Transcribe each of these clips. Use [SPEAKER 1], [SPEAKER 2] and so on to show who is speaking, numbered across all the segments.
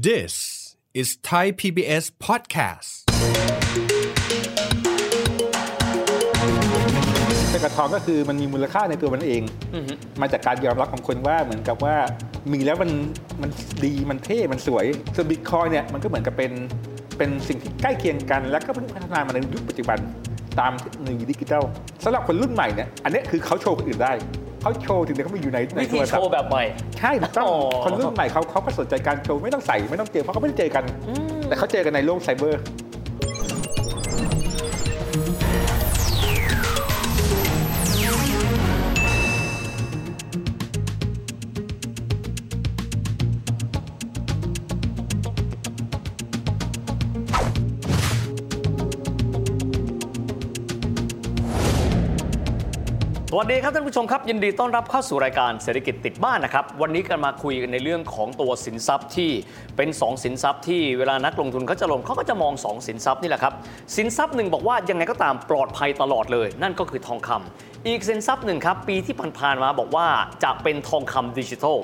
[SPEAKER 1] This is Thai PBS podcast.
[SPEAKER 2] แต่กระทองก็คือมันมีมูลค่าในตัวมันเอง มาจากการยอมรับของคนว่าเหมือนกับว่ามีแล้วมันมันดีมันเท่มันสวยส่วนบิตคอยเนี่ยมันก็เหมือนกับเป็นเป็นสิ่งที่ใกล้เคียงกัน แล้วก็เพิ่งพัฒนามาในยุคปัจจุบันตามเทคโนโลยีดิจิทัลสำหรับคนรุ่นใหม่เนี่ยอันเนี้ยคือเขาโชว์คนอื่นได้เขาโชว์ถึงเดี๋ยวเขามีอยู่ในใน
[SPEAKER 3] วิ
[SPEAKER 2] โท
[SPEAKER 3] ธี
[SPEAKER 2] ร
[SPEAKER 3] โช
[SPEAKER 2] ศัพ
[SPEAKER 3] ว์
[SPEAKER 2] ท์
[SPEAKER 3] แบบใหม่
[SPEAKER 2] ใช่ถูกต้อง
[SPEAKER 3] อ๋อ
[SPEAKER 2] คนรุ่นใหม่เขาเขาก็สนใจการโชว์ไม่ต้องใส่ไม่ต้องเจอเพราะเขาไม่ได้เจอกัน แต่เขาเจอกันในโลกไซเบอร์
[SPEAKER 3] สวัสดีครับท่านผู้ชมครับ ยินดีต้อนรับเข้าสู่รายการเศรษฐกิจติดบ้านนะครับ วันนี้กันมาคุยกันในเรื่องของตัวสินทรัพย์ที่เป็น 2 สินทรัพย์ที่เวลานักลงทุนเขาจะลงเขาก็จะมอง 2 สินทรัพย์นี่แหละครับสินทรัพย์หนึ่งบอกว่ายังไงก็ตามปลอดภัยตลอดเลย นั่นก็คือทองคำอีกสินทรัพย์หนึ่งครับปีที่ผ่านๆมาบอกว่าจะเป็นทองคำดิจิทัล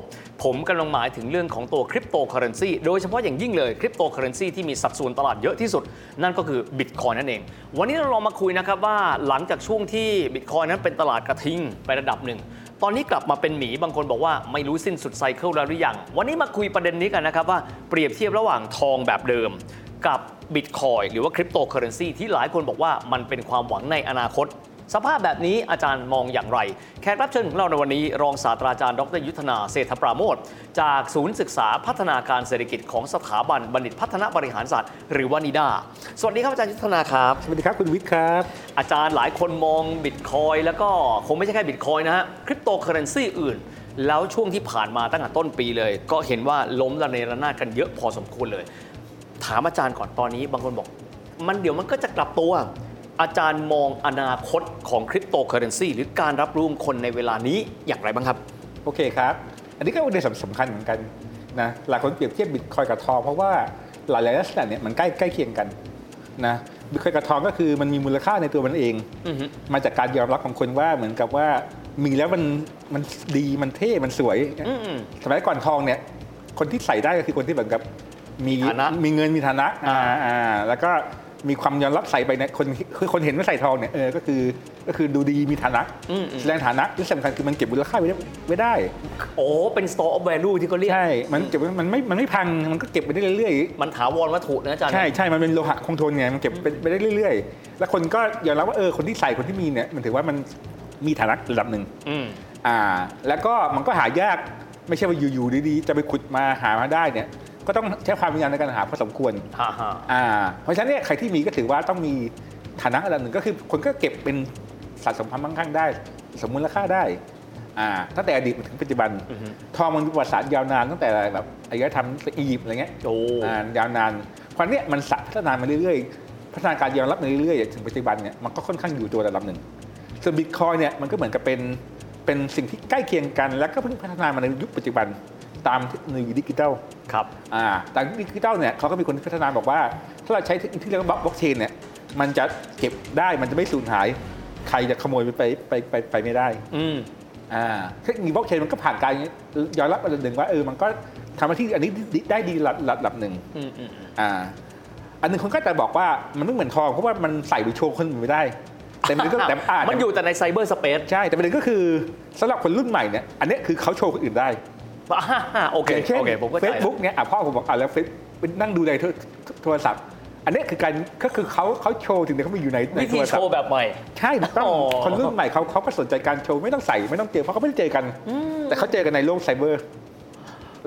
[SPEAKER 3] ผมกำลังหมายถึงเรื่องของตัวคริปโตเคอเรนซีโดยเฉพาะอย่างยิ่งเลยคริปโตเคอเรนซีที่มีสัดส่วนตลาดเยอะที่สุด นั่นก็คือบิตคอยนั่นเอง วันนี้เราลองมาคุยนะครับว่าหลังจากช่วงที่บิตคอยนั้นเป็นตลาดกระทิงไประดับหนึ่ง ตอนนี้กลับมาเป็นหมีบางคนบอกว่าไม่รู้สิ้นสุดไซเคิลแล้วหรือยัง วันนี้มาคุยประเด็นนี้กันนะครับว่าเปรียบเทียบระหว่างทองแบบเดิม กับบิตคอยหรือว่าคริปโตเคอเรนซีที่หลายคนบอกว่ามันเป็นความหวังในอนาคต สภาพแบบนี้อาจารย์มองอย่างไร แขกรับเชิญของเราในวันนี้ รองศาสตราจารย์ดรยุทธนาเศรษฐปราโมทจากศูนย์ศึกษาพัฒนาการเศรษฐกิจของสถาบันบัณฑิตพัฒนาบริหารศาสตร์หรือว่านิดา สวัสดีครับอาจารย์ยุทธนาครับ
[SPEAKER 2] สวัสดีครับคุณวิทย์ครับ
[SPEAKER 3] อาจารย์หลายคนมองบิตคอยแล้วก็คงไม่ใช่แค่บิตคอยนะฮะคริปโตเคอเรนซีอื่น แล้วช่วงที่ผ่านมาตั้งแต่ต้นปีเลย ก็เห็นว่าล้มระเนระนาดกันเยอะพอสมควรเลย ถามอาจารย์ก่อนตอนนี้บางคนบอก มันเดี๋ยวมันก็จะกลับตัว อาจารย์มองอนาคตของคริปโตเคอเรนซีหรือการรับรู้ของคนในเวลานี้อย่างไรบ้างครับ
[SPEAKER 2] โอเคครับ อันนี้ก็เป็นประเด็นสำคัญเหมือนกันนะหลายคนเปรียบเทียบบิตคอยกับทองเพราะว่าหลายๆลักษณะเนี่ยมันใกล้ใกล้เคียงกันนะบิตคอยกับทองก็คือมันมีมูลค่าในตัวมันเอง มาจากการยอมรับของคนว่าเหมือนกับว่ามีแล้วมันมันดีมันเท่มันสวย
[SPEAKER 3] อืม
[SPEAKER 2] สมัยก่อนทองเนี่ยคนที่ใส่ได้ก็คือคนที่เหมือนกับมี
[SPEAKER 3] ฐานะ
[SPEAKER 2] มีเงินมีฐานะ
[SPEAKER 3] อ่า
[SPEAKER 2] อ่าอ่าแล้วก็มีความยอมรับใส่ไปเนี่ยคนคือคนเห็นว่าใส่ทองเนี่ยเออก็คือก็คือดูดีมีฐานะแสดงฐานะที่สำคัญคือมันเก็บมูลค่าไว้ได้ไว้ได้
[SPEAKER 3] โอ้เป็น store of value ที่เขาเรียก
[SPEAKER 2] ใช่ มันเก็บไว้มันไม่ มันไม่พัง มันก็เก็บไปได้เรื่อย
[SPEAKER 3] มันถาวรวัตถุนะอาจาร
[SPEAKER 2] ๆ
[SPEAKER 3] ย์
[SPEAKER 2] ใช่ใช่ มันเป็นโลหะคงทนไง มันเก็บไปได้เรื่อยๆ แล้วคนก็ยอมรับว่าเออ คนที่ใส่คนที่มีเนี่ย มันถือว่ามันมีฐานะระดับหนึ่ง
[SPEAKER 3] อืม
[SPEAKER 2] อ่า แล้วก็มันก็หายาก ไม่ใช่ว่าอยู่ๆดีๆ จะไปขุดมาหามาได้เนี่ย ก็ต้องใช้ความพยายามในการหาพอสมควร
[SPEAKER 3] ฮ่าฮ่า
[SPEAKER 2] อ่า เพราะฉะนั้นเนี่ย ใครที่มีก็ถือว่าต้องมีฐานะระดับหนึ่ง ก็คือคนก็เก็บเป็นสะสมความมั่งคั่งได้ สมมูลค่าได้ อ่า ตั้งแต่อดีตมาถึงปัจจุบัน ทองมันมีประวัติศาสตร์ยาวนานตั้งแต่แบบอารยธรรมอียิปต์อะไรเงี้ย
[SPEAKER 3] โอ้
[SPEAKER 2] อ่ายาวนานความเนี้ยมันสะพัฒนามาเรื่อยๆ พัฒนาการยอมรับมาเรื่อยๆ ถึงปัจจุบันเนี่ยมันก็ค่อนข้างอยู่ตัวระดับหนึ่ง ส่วนบิตคอยเนี่ยมันก็เหมือนกับเป็นเป็นสิ่งที่ใกล้เคียงกัน แล้วก็เพิ่งพัฒนามาในยุคปัจจุบันตามเทคโนโลยีดิจิทัล
[SPEAKER 3] ครับ
[SPEAKER 2] อ่าแต่ดิจิทัลเนี่ยเขาก็มีคนที่พัฒนาบอกว่า ถ้าเราใช้ที่เรียกว่าบล็อกเชนเนี่ยมันจะเก็บได้มันจะไม่สูญหาย ใครจะขโมยไปไปไปไปไปไม่ได้
[SPEAKER 3] อืม
[SPEAKER 2] อ่าเทคโนโลยีบล็อกเชนมันก็ผ่านการยอมรับระดับหนึ่งว่าเออมันก็ทำหน้าที่อันนี้ได้ดีระดับระดับหนึ่ง
[SPEAKER 3] อืมอืมอืม
[SPEAKER 2] อ่าอันหนึ่งคนก็จะบอกว่ามันไม่เหมือนทองเพราะว่ามันใส่หรือโชว์คนอื่นไม่ได้ แต่มันก็แต่อ่า
[SPEAKER 3] มันอยู่แต่ในไซเบอร์สเปซ
[SPEAKER 2] ใช่แต่ประเด็นก็คือสำหรับคนรุ่นใหม่เนี่ยอันเนี้ยคือเขาโชว์คนอื่นได้
[SPEAKER 3] อ่าโอเค
[SPEAKER 2] อย่างเช่น
[SPEAKER 3] โอเค ผมก็
[SPEAKER 2] เฟซ
[SPEAKER 3] ใจละ
[SPEAKER 2] บุ๊กเนี่ยอ่ะพ่อผมบอกอ่ะแล้วเฟซนั่งดูในโทรโทรศัพท์ อันเนี้ยคือการก็คือเขาเขาโชว์ถึงเดี๋ยวเขาไปอยู่ในใน
[SPEAKER 3] วิ
[SPEAKER 2] โท
[SPEAKER 3] ธี
[SPEAKER 2] ร
[SPEAKER 3] โช
[SPEAKER 2] ศัพท์
[SPEAKER 3] ว์แบบใหม่
[SPEAKER 2] ใช่ถูกต้อง
[SPEAKER 3] อ๋อ
[SPEAKER 2] คนรุ่นใหม่เขาเขาก็สนใจการโชว์ไม่ต้องใส่ไม่ต้องเจอเพราะเขาไม่ได้เจอกัน แต่เขาเจอกันในโลกไซเบอร์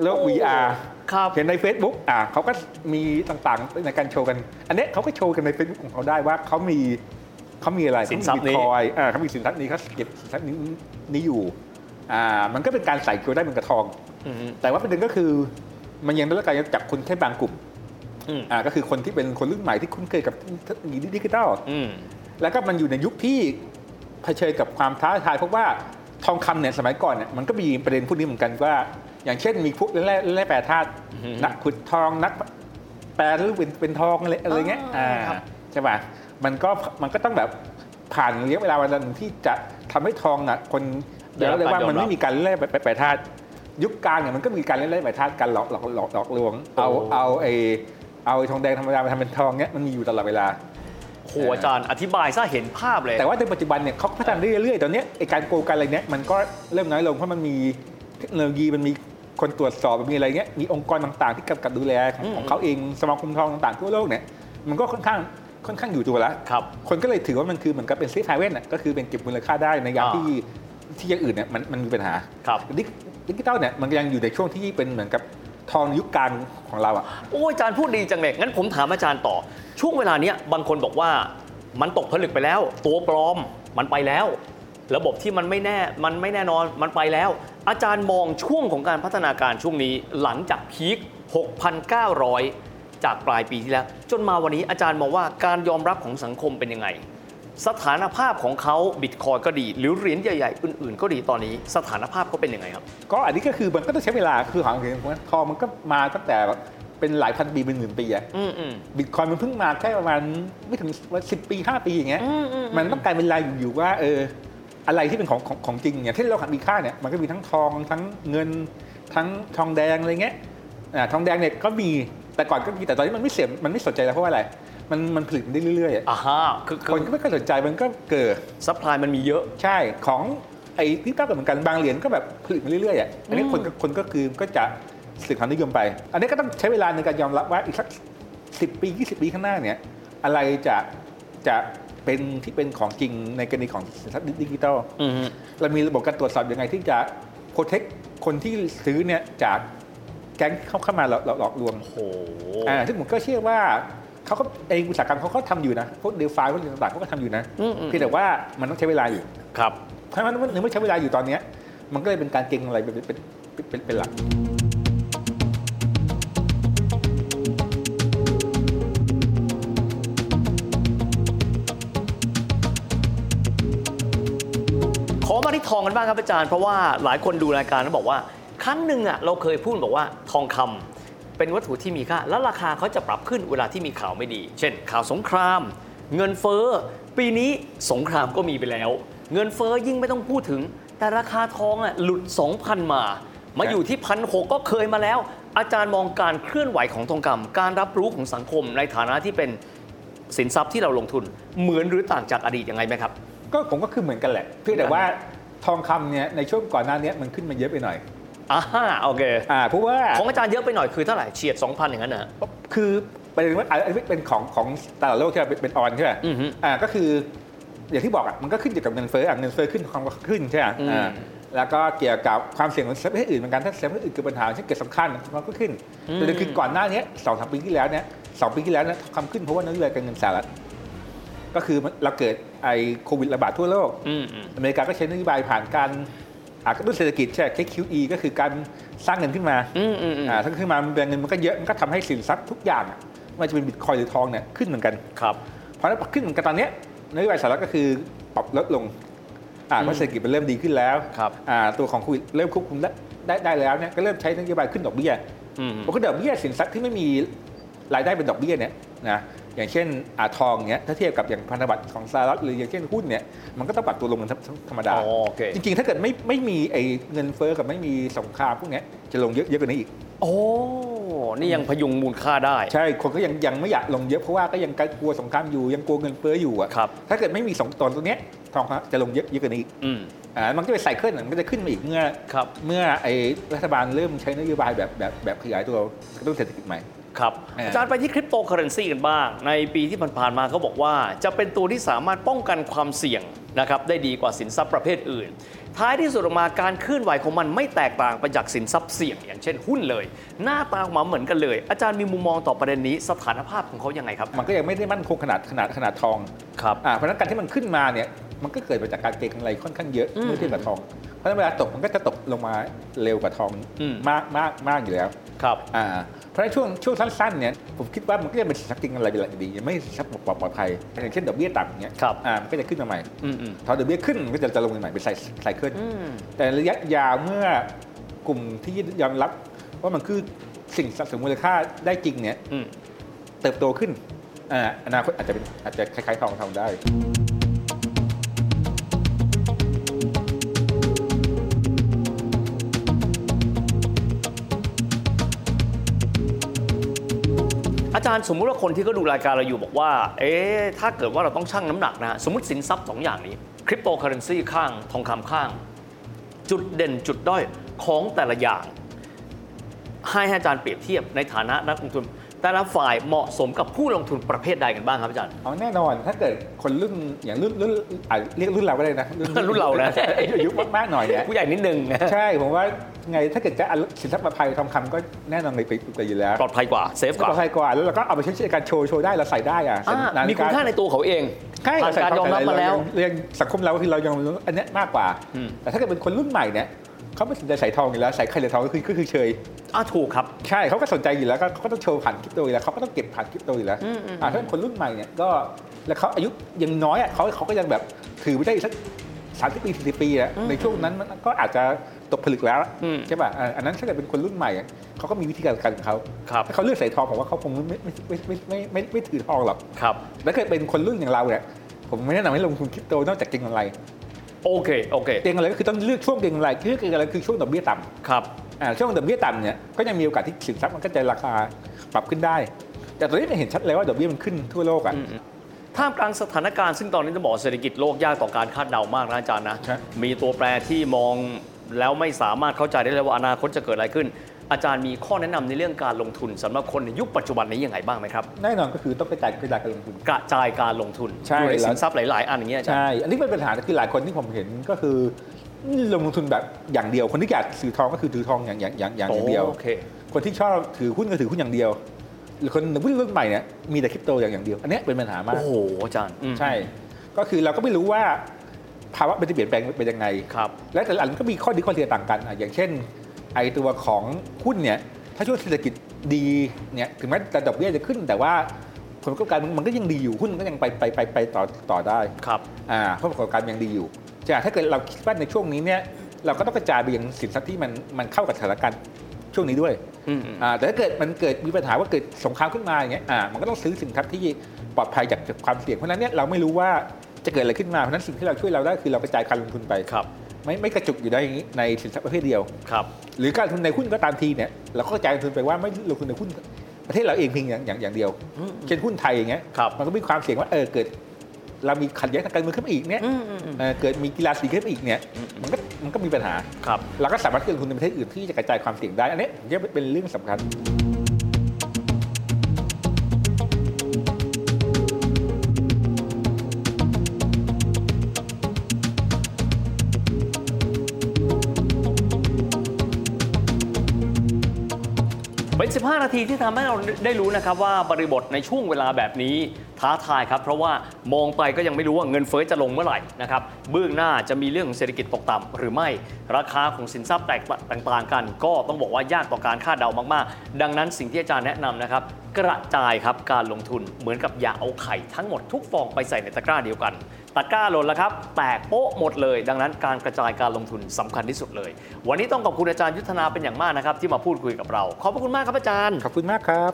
[SPEAKER 2] โลก VR
[SPEAKER 3] ครับ
[SPEAKER 2] เห็นใน Facebook อ่าเขาก็มีต่างๆในการโชว์กัน อันเนี้ยเขาก็โชว์กันใน Facebook ของเขาได้ว่าเขามีเขามีอะไร
[SPEAKER 3] สินทรัพย์นี้
[SPEAKER 2] เขามี Bitcoin อ่าเขามีสินทรัพย์นี้เขาเก็บสินทรัพย์นี้นี้อยู่อ่ามันก็เป็นการใส่โชว์ได้เหมือนกระทอง
[SPEAKER 3] อืม
[SPEAKER 2] แต่ว่าประเด็นก็คือมันยังได้รับการจับคนแค่บางกลุ่ม
[SPEAKER 3] อืม
[SPEAKER 2] อ่าก็คือคนที่เป็นคนรุ่นใหม่ที่คุ้นเคยกับเทคโนโลยีดิจิทัล
[SPEAKER 3] อืม
[SPEAKER 2] แล้วก็มันอยู่ในยุคที่เผชิญกับความท้าทายเพราะว่าทองคำเนี่ยสมัยก่อนเนี่ยมันก็มีประเด็นพวกนี้เหมือนกันว่า อย่างเช่นมีพวกแร่แร่แปรธาตุนักขุดทองนักแปรรูปเป็นเป็นทองอะไรอะไรเงี้ย
[SPEAKER 3] อ่า
[SPEAKER 2] อ่า
[SPEAKER 3] ครับ
[SPEAKER 2] ใช่ป่ะมันก็มันก็ต้องแบบผ่านระยะเวลาวันหนึ่งที่จะทำให้ทองอ่ะคนเดี๋ยวเรียกว่ามันไม่มีการแร่แปรธาตุ ยุคกลางเนี่ยมันก็มีการเล่นไล่หมายทาสการหลอกหลอกหลอกหลอกลวง เอา
[SPEAKER 3] โอ้
[SPEAKER 2] เอาไอเอาไอ้ทองแดงธรรมดามาทำเป็นทองเนี่ยมันมีอยู่ตลอดเวลา
[SPEAKER 3] โอ้โหอาจารย์อธิบายซะเห็นภาพเลย
[SPEAKER 2] แต่ว่าในปัจจุบันเนี่ยเขาพัฒนาเรื่อยๆ ตอนเนี้ยไอการโกงการอะไรเนี่ยมันก็เริ่มน้อยลง เพราะมันมีเทคโนโลยีมันมีคนตรวจสอบมันมีอะไรเงี้ยมีองค์กรต่างๆ ที่กำกับดูแลของของเขาเองสมาคมทองต่างๆทั่วโลกเนี่ยมันก็ค่อนข้างค่อนข้างอยู่ตัวแล้ว
[SPEAKER 3] ครับ
[SPEAKER 2] คนก็เลยถือว่ามันคือเหมือนกับเป็นเซฟไฮเว่นอ่ะก็คือเป็นเก็บมูลค่าได้ในยาม
[SPEAKER 3] อ่า
[SPEAKER 2] ที่ที่อย่างอื่นเนี่ยมันมันมีปัญหา
[SPEAKER 3] ครับ
[SPEAKER 2] ดิจิดิจิตอลเนี่ยมันยังอยู่ในช่วงที่เป็นเหมือนกับทองยุคกลางของเราอ่ะ
[SPEAKER 3] โอ้ยอาจารย์พูดดีจังเลยงั้นผมถามอาจารย์ต่อ ช่วงเวลาเนี้ยบางคนบอกว่ามันตกผลึกไปแล้ว ตัวปลอมมันไปแล้ว ระบบที่มันไม่แน่มันไม่แน่นอนมันไปแล้ว อาจารย์มองช่วงของการพัฒนาการช่วงนี้หลังจากพีค6,900 จากปลายปีที่แล้ว จนมาวันนี้อาจารย์มองว่าการยอมรับของสังคมเป็นยังไง สถานภาพของเขาบิตคอยก็ดี หรือเหรียญใหญ่ๆ อื่น ๆ ก็ดีตอนนี้สถานภาพเขาเป็นยังไงครับ
[SPEAKER 2] ก็อันนี้ก็คือมันก็ต้องใช้เวลาคือของเหรียญทองมันก็มาตั้งแต่แบบเป็นหลายพันปีเป็นหมื่นปีอะ
[SPEAKER 3] อืมอืม
[SPEAKER 2] บิตคอยน์มันเพิ่งมาแค่ประมาณไม่ถึงสิบปีห้าปีอย่างเงี้ย มันต้องกลายเป็นรายอยู่ๆว่าเอออะไรที่เป็นของของของจริงอย่างเช่นเราหักมีค่าเนี่ยมันก็มีทั้งทองทั้งเงิน ทั้งทองแดงอะไรเงี้ยอ่าทองแดงเนี่ยก็มีแต่ก่อนก็มีแต่ตอนนี้มันไม่เสียมันไม่สนใจแล้วเพราะว่าอะไร มันมันผลิตได้เรื่อยๆอะ
[SPEAKER 3] อ่าฮะคือคื
[SPEAKER 2] ค
[SPEAKER 3] อน
[SPEAKER 2] ก็ไม่ค่อยสนใจมันก็เกิด
[SPEAKER 3] ซัพพลายมันมีเยอะ
[SPEAKER 2] ใช่ของไอ้ที่ก้าวกับเหมือนกันบางเหรียญก็แบบผลิตมาเรื่อยๆอ่ะอันนี้คนก็คนก็คือก็จะสื่อความนิยมไป อันนี้ก็ต้องใช้เวลาในการยอมรับว่าอีกสักสิปี 20 ปีข้างหน้าเนี่ย อะไรจะจะเป็นที่เป็นของจริงในกรณีของสินทรัพย์ดิจิทัล
[SPEAKER 3] อืม
[SPEAKER 2] เรามีระบบการตรวจสอบยังไงที่จะโปรเทคคนที่ซื้อเนี่ยจากแก๊งเข้าเข้ามาหลอกหลอกหลอกลวง
[SPEAKER 3] โอ้โห
[SPEAKER 2] อ่าซึ่งผมก็เชื่อว่าเขาก็เองอุตสาหกรรมเขาก็ทำอยู่นะพวกเดลฟายพวกอะไรต่างๆเขาก็ทำอยู่นะ
[SPEAKER 3] อืมอืม
[SPEAKER 2] เพียงแต่ว่ามันต้องใช้เวลาอยู่
[SPEAKER 3] ครับ
[SPEAKER 2] เพราะฉะนั้นถึงไม่ใช้เวลาอยู่ตอนเนี้ยมันก็เลยเป็นการเก็งอะไรเป็นเป็นเป็นเป็นเป็นหลัก
[SPEAKER 3] ขอมาที่ทองกันบ้างครับอาจารย์ เพราะว่าหลายคนดูรายการแล้วบอกว่า ครั้งหนึ่งอ่ะเราเคยพูดบอกว่าทองคำเป็นวัตถุที่มีค่า แล้วราคาเขาจะปรับขึ้นเวลาที่มีข่าวไม่ดี เช่น ข่าวสงคราม เงินเฟ้อ ปีนี้สงครามก็มีไปแล้ว เงินเฟ้อยิ่งไม่ต้องพูดถึง แต่ราคาทองอ่ะหลุด 2,000 มา มาอยู่ที่พันหก็เคยมาแล้ว อาจารย์มองการเคลื่อนไหวของทองคำการรับรู้ของสังคมในฐานะที่เป็นสินทรัพย์ที่เราลงทุน เหมือนหรือต่างจากอดีตยังไงไหมครับ
[SPEAKER 2] ก็ผมก็คือเหมือนกันแหละเพียงแต่ว่าทองคำเนี่ยในช่วงก่อนหน้าเนี้ยมันขึ้นมาเยอะไปหน่อย
[SPEAKER 3] อ่าฮะโอเค
[SPEAKER 2] อ่าเพราะว่า
[SPEAKER 3] ของอาจารย์เยอะไปหน่อยคือเท่าไหร่เฉียด 2,000 อย่างนั้นเหรอ
[SPEAKER 2] คือประเด็นว่าอันนี้เป็นของของตลาดโลกที่เป็นเป็นออนใช่ไหม
[SPEAKER 3] อือฮึ
[SPEAKER 2] อ่าก็คือ อย่างที่บอกอ่ะมันก็ขึ้นเกี่ยวกับเงินเฟ้ออ่ะเงินเฟ้อขึ้นความก็ขึ้นใช่ไหม
[SPEAKER 3] อืม
[SPEAKER 2] อ่าแล้วก็เกี่ยวกับความเสี่ยงของเซฟให้อื่นเหมือนกันถ้าเซฟให้อื่นเกิดปัญหาเช่นเกิดสำคัญมันก็ขึ้นแต่เดี๋ยวคือก่อนหน้าเนี้ยสองสามปีที่แล้วเนี่ยสองปีที่แล้วเนี่ยทองคำขึ้นเพราะว่านโยบายการเงินสหรัฐก็คือมันเราเกิดไอ้โควิดระบาดทั่วโลก
[SPEAKER 3] อืมอืม
[SPEAKER 2] อเมริกาก็ใช้นโยบายผ่านการอากระตุ้นเศรษฐกิจใช่ไหม QE ก็คือการสร้างเงินขึ้นมา
[SPEAKER 3] อืมอืมอืม
[SPEAKER 2] อ่าถ้าขึ้นมาแรงเงินมันก็เยอะ มันก็ทำให้สินทรัพย์ทุกอย่างอะไม่ว่าจะเป็นบิตคอยหรือทองเนี่ยขึ้นเหมือนกัน
[SPEAKER 3] ครับ
[SPEAKER 2] เพราะฉะนั้นพอขึ้นเหมือนกันตอนเนี้ยนโยบายสหรัฐก็คือปรับลดลงอ่าเพราะเศรษฐกิจมันเริ่มดีขึ้นแล้ว
[SPEAKER 3] ครับ
[SPEAKER 2] อ่าตัวของโควิดเริ่มควบคุมได้ได้ได้แล้วเนี่ยก็เริ่มใช้นโยบายขึ้นดอกเบี้ย
[SPEAKER 3] อืม
[SPEAKER 2] เพราะขึ้นดอกเบี้ยสินทรัพย์ที่ไม่มีรายได้เป็นดอกเบี้ยเนี่ยนะอย่างเช่นอาทองเนี่ยถ้าเทียบกับอย่างพันธบัตรของสหรัฐหรืออย่างเช่นหุ้นเนี่ยมันก็ต้องปรับตัวลงเหมือนธรรมดา
[SPEAKER 3] อ๋อโอเค
[SPEAKER 2] จริงๆ ถ้าเกิดไม่ไม่มีไอ้เงินเฟ้อกับไม่มีสงครามพวกเนี้ยจะลงเยอะเยอะกว่านี้อีก
[SPEAKER 3] โอ้ นี่ยังพยุงมูลค่าได้
[SPEAKER 2] ใช่ คนก็ยังยังไม่อยากลงเยอะเพราะว่าก็ยังกลัวสงครามอยู่ยังกลัวเงินเฟ้ออยู่อะ
[SPEAKER 3] ครับ
[SPEAKER 2] ถ้าเกิดไม่มีสองตอนตรงเนี้ยทองคำจะลงเยอะเยอะกว่านี้อีก
[SPEAKER 3] อืม
[SPEAKER 2] อ่ามันก็เป็นไซเคิลอะมันก็จะขึ้นมาอีกเมื่อ
[SPEAKER 3] ครับ
[SPEAKER 2] เมื่อไอ้รัฐบาลเริ่มใช้นโยบายแบบแบบแบบขยายตัวกระตุ้นเศรษฐกิจใหม่
[SPEAKER 3] ครับ
[SPEAKER 2] เอออ
[SPEAKER 3] อาจารย์ไปที่คริปโตเคอเรนซีกันบ้าง ในปีที่ผ่านๆมาเขาบอกว่าจะเป็นตัวที่สามารถป้องกันความเสี่ยงนะครับได้ดีกว่าสินทรัพย์ประเภทอื่น ท้ายที่สุดออกมาการเคลื่อนไหวของมันไม่แตกต่างไปจากสินทรัพย์เสี่ยง อย่างเช่นหุ้นเลย หน้าตาออกมาเหมือนกันเลย อาจารย์มีมุมมองต่อประเด็นนี้สถานภาพของเขายังไงครับ
[SPEAKER 2] มันก็ยังไม่ได้มั่นคงขนาดขนาดขนาดทอง
[SPEAKER 3] ครับ
[SPEAKER 2] อ่าเพราะฉะนั้นการที่มันขึ้นมาเนี่ยมันก็เกิดมาจากการเก็งกำไรค่อนข้างเยอะเมื่อเทียบกับทอง เพราะฉะนั้นเวลาตกมันก็จะตกลงมาเร็วกว่าทอง
[SPEAKER 3] อืม
[SPEAKER 2] มากมากมากอยู่แล้ว
[SPEAKER 3] ครับ
[SPEAKER 2] อ่าเพราะฉะนั้นช่วงช่วงสั้นๆเนี่ยผมคิดว่ามันก็จะเป็นสินทรัพย์จริงอะไรเป็นหลักดียังไม่สินทรัพย์ปลอดปลอดภัยอย่างเช่นดอกเบี้ยต่ำอย่างเงี้ย
[SPEAKER 3] ครับ
[SPEAKER 2] อ่ามันก็จะขึ้นมาใหม่
[SPEAKER 3] อืมอืม
[SPEAKER 2] พอดอกเบี้ยขึ้นมันก็จะจะลงมาใหม่เป็นไซไซเคิล
[SPEAKER 3] อืม
[SPEAKER 2] แต่ระยะยาวเมื่อกลุ่มที่ยอมรับว่ามันคือสิ่งสะสมมูลค่าได้จริงเนี่ย
[SPEAKER 3] อืม
[SPEAKER 2] เติบโตขึ้นอ่าอนาคตอาจจะเป็นอาจจะคล้ายๆทองทำได้
[SPEAKER 3] ค อาจารย์สมมุติว่าคนที่ก็ดูรายการเราอยู่บอกว่า เอ๊ะถ้าเกิดว่าเราต้องชั่งน้ำหนักนะฮะสมมติสินทรัพย์ 2 อย่างนี้คริปโตเคอเรนซีข้างทองคำข้าง จุดเด่นจุดด้อยของแต่ละอย่าง ให้อาจารย์เปรียบเทียบในฐานะนักลงทุน แต่ละฝ่ายเหมาะสมกับผู้ลงทุนประเภทใดกันบ้างครับอาจารย์
[SPEAKER 2] เอาแน่นอนถ้าเกิดคนรุ่นอย่างรุ่นรุ่นอ่ะเรียกรุ่นเราก็ได้นะ
[SPEAKER 3] รุ่นเรานะ
[SPEAKER 2] อายุอายุมากๆหน่อยเนี่ย
[SPEAKER 3] ผู้ใหญ่นิดนึงนะ
[SPEAKER 2] ใช่ผมว่าไงถ้าเกิดจะเอาสินทรัพย์มาภัยทองคำก็แน่นอนในปีปีอยู่แล้ว
[SPEAKER 3] ปลอดภัยกว่าเซฟก
[SPEAKER 2] ป
[SPEAKER 3] ว่า
[SPEAKER 2] ลอดภัยกว่าแล้วเราก็เอาไปใช้ในการโชว์โชว์ได้เราใส่ได้อ่ะ
[SPEAKER 3] อ่า
[SPEAKER 2] ใส่นฬิ
[SPEAKER 3] มีคุณค่าในตัวเขาเอง
[SPEAKER 2] ใช่
[SPEAKER 3] ผ่าน
[SPEAKER 2] ใส่
[SPEAKER 3] การยอมรับมาแล้ว
[SPEAKER 2] เยังเรียนสังคมเราคือเรายังรู้อันเนี้ยมากกว่า
[SPEAKER 3] อืม
[SPEAKER 2] แต่ถ้าเกิดเป็นคนรุ่นใหม่เนี่ยเขาไม่สนใจใส่ทองอยู่แล้วใส่ใครเหลือทองก็คือก็คือเฉย
[SPEAKER 3] อ่าถูกครับ
[SPEAKER 2] ใช่เขาก็สนใจอยู่แล้วก็เขาก็ต้องโชว์ผ่านคริปโตอยู่แล้วเขาก็ต้องเก็บผ่านคริปโตอยู่แล้วอ่าถ้าเป็นคนรุ่นใหม่เนี่ยก็แล้วเขาอายุยังน้อยอ่ะเขาเขาก็ยังแบบถือไม่ได้อีกสักสามสิบปีสี่สิบปีอ่ะในช่วงนั้นมันก็อาจจะตกผลึกแล้วอะ
[SPEAKER 3] อืม
[SPEAKER 2] ใช่ป่ะอ่าอันนั้นถ้าเกิดเป็นคนรุ่นใหม่อะเขาก็มีวิธีการของเขา
[SPEAKER 3] ครับ
[SPEAKER 2] ถ้าเขาเลือกใส่ทองผมว่าเขาคงไม่ไม่ไม่ไม่ไมไม่ไม่ถือทองหรอก
[SPEAKER 3] ครับ
[SPEAKER 2] แต่ถ้าเกิดเป็นคนรุ่นอย่างเราเนี่ยผมไม่แนะนำให้ลงทุนคริปโตนอกจากเก็งกำไร
[SPEAKER 3] โอเคโอเค
[SPEAKER 2] เก็งกำไรก็คือต้องเลือกช่วงเก็งกำไรเลือกเก็งกำไรคือช่วงดอกเบี้ยต่ำ
[SPEAKER 3] ครับ
[SPEAKER 2] อ่าช่วงดอกเบี้ยต่ำเนี่ยก็ยังมีโอกาสที่สินทรัพย์มันก็จะราคาปรับขึ้นได้ แต่ตอนนี้เนี่ยเห็นชัดเลยว่าดอกเบี้ยมันขึ้นทั่วโลกอ่ะ
[SPEAKER 3] ท่ามกลางสถานการณ์ซึ่งตอนนี้จะบอกเศรษฐกิจโลกยากต่อการคาดเดามากนะอาจารย์นะ
[SPEAKER 2] ครับ
[SPEAKER 3] มีตัวแปรที่มองแล้วไม่สามารถเข้าใจได้เลยว่าอนาคตจะเกิดอะไรขึ้น อาจารย์มีข้อแนะนำในเรื่องการลงทุนสำหรับคนในยุคปัจจุบันนี้ยังไงบ้างไหมครับ
[SPEAKER 2] แน่นอนก็คือต้องกระจายกระจายการลงทุน
[SPEAKER 3] กระจายการลงทุน
[SPEAKER 2] ใช่
[SPEAKER 3] อยู่ในสินทรัพย์หลาย ๆ อันอย่างเงี้ยอาจารย์
[SPEAKER 2] ใช่ อันนี้เป็นปัญหาคือหลายคนที่ผมเห็นก็คือลงทุนแบบอย่างเดียว คนที่อยากถือทองก็คือถือทองอย่างอย่างอย่างอย่างเดียว
[SPEAKER 3] โอเค
[SPEAKER 2] คนที่ชอบถือหุ้นก็ถือหุ้นอย่างเดียว หรือคนหุ้นรุ่นใหม่เนี่ยมีแต่คริปโตอย่างอย่างเดียว อันเนี้ยเป็นปัญหามาก
[SPEAKER 3] โอ้โหอาจารย์อืม
[SPEAKER 2] ใช่ ก็คือเราก็ไม่รู้ว่าภาวะมันจะเปลี่ยนแปลงเป็นยังไง
[SPEAKER 3] ครับ
[SPEAKER 2] และแต่ละอันก็มีข้อดีข้อเสียต่างกันอ่ะอย่างเช่น ไอตัวของหุ้นเนี่ย ถ้าช่วงเศรษฐกิจดีเนี่ยถึงแม้แต่ดอกเบี้ยจะขึ้น แต่ว่าผลประกอบการมันมันก็ยังดีอยู่หุ้นก็ยังไปไปไปไปต่อต่อได้
[SPEAKER 3] ครับ
[SPEAKER 2] อ่าผลประกอบการยังดีอยู่จะถ้าเกิดเราคิดว่าในช่วงนี้เนี่ยเราก็ต้องกระจายไปยังสินทรัพย์ที่มันมันเข้ากับสถานการณ์ช่วงนี้ด้วย
[SPEAKER 3] อืมอืม
[SPEAKER 2] อ่าแต่ถ้าเกิดมันเกิดมีปัญหาว่าเกิดสงครามขึ้นมาอย่างเงี้ยอ่ามันก็ต้องซื้อสินทรัพย์ที่ปลอดภัยจากจากความเสี่ยงเพราะฉะนั้นเนี่ยเราไม่รู้ว่าจะเกิดอะไรขึ้นมาเพราะฉะนั้นสิ่งที่เราช่วยเราได้คือเรากระจายการลงทุนไป
[SPEAKER 3] ครับ
[SPEAKER 2] ไม่ไม่กระจุกอยู่ได้อย่างนี้ในสินทรัพย์ประเภทเดียว
[SPEAKER 3] ครับ
[SPEAKER 2] หรือการลงทุนในหุ้นก็ตามทีเนี่ยเราก็กระจายลงทุนไปว่าไม่ลงทุนในหุ้นประเทศเราเองเพียงอย่างอย่างอย่างเดียว เช่นหุ้นไทยอย่างเงี้ย
[SPEAKER 3] ครับ
[SPEAKER 2] มันก็มีความเสี่ยงว่าเออเกิด เรามีขัดแย้งทางการเมืองขึ้นมาอีกเนี่ยเออเกิดมีกีฬาสีขึ้นมาอีกเนี่ยมันก็มันก็มีปัญหา
[SPEAKER 3] ครับ
[SPEAKER 2] เราก็สามารถลงทุนในประเทศอื่นที่จะกระจายความเสี่ยงได้ อันนี้ผมคิดว่าเป็นเรื่องสำคัญ
[SPEAKER 3] เป็น 15 นาทีที่ทำให้เราได้รู้นะครับว่าบริบทในช่วงเวลาแบบนี้ท้าทายครับ เพราะว่ามองไปก็ยังไม่รู้ว่าเงินเฟ้อจะลงเมื่อไหร่นะครับเบื้องหน้าจะมีเรื่องของเศรษฐกิจตกต่ำหรือไม่ ราคาของสินทรัพย์แตกต่างๆกัน ก็ต้องบอกว่ายากต่อการคาดเดามากๆ ดังนั้นสิ่งที่อาจารย์แนะนำนะครับกระจายครับการลงทุนเหมือนกับอย่าเอาไข่ทั้งหมดทุกฟองไปใส่ในตะกร้าเดียวกัน ตะกร้าหล่นแล้วครับ แตกโป๊ะหมดเลย ดังนั้นการกระจายการลงทุนสำคัญที่สุดเลย วันนี้ต้องขอบคุณอาจารย์ยุทธนาเป็นอย่างมากนะครับ ที่มาพูดคุยกับเรา ขอบพระคุณมากครับอาจารย์
[SPEAKER 2] ขอบคุณมากครับ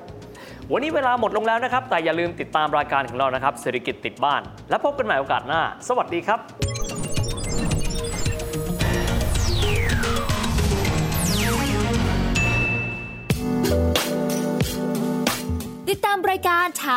[SPEAKER 3] วันนี้เวลาหมดลงแล้วนะครับ แต่อย่าลืมติดตามรายการของเรานะครับเศรษฐกิจติดบ้าน และพบกันใหม่โอกาสหน้า สวัสดีครับ
[SPEAKER 4] ติดตามรายการทา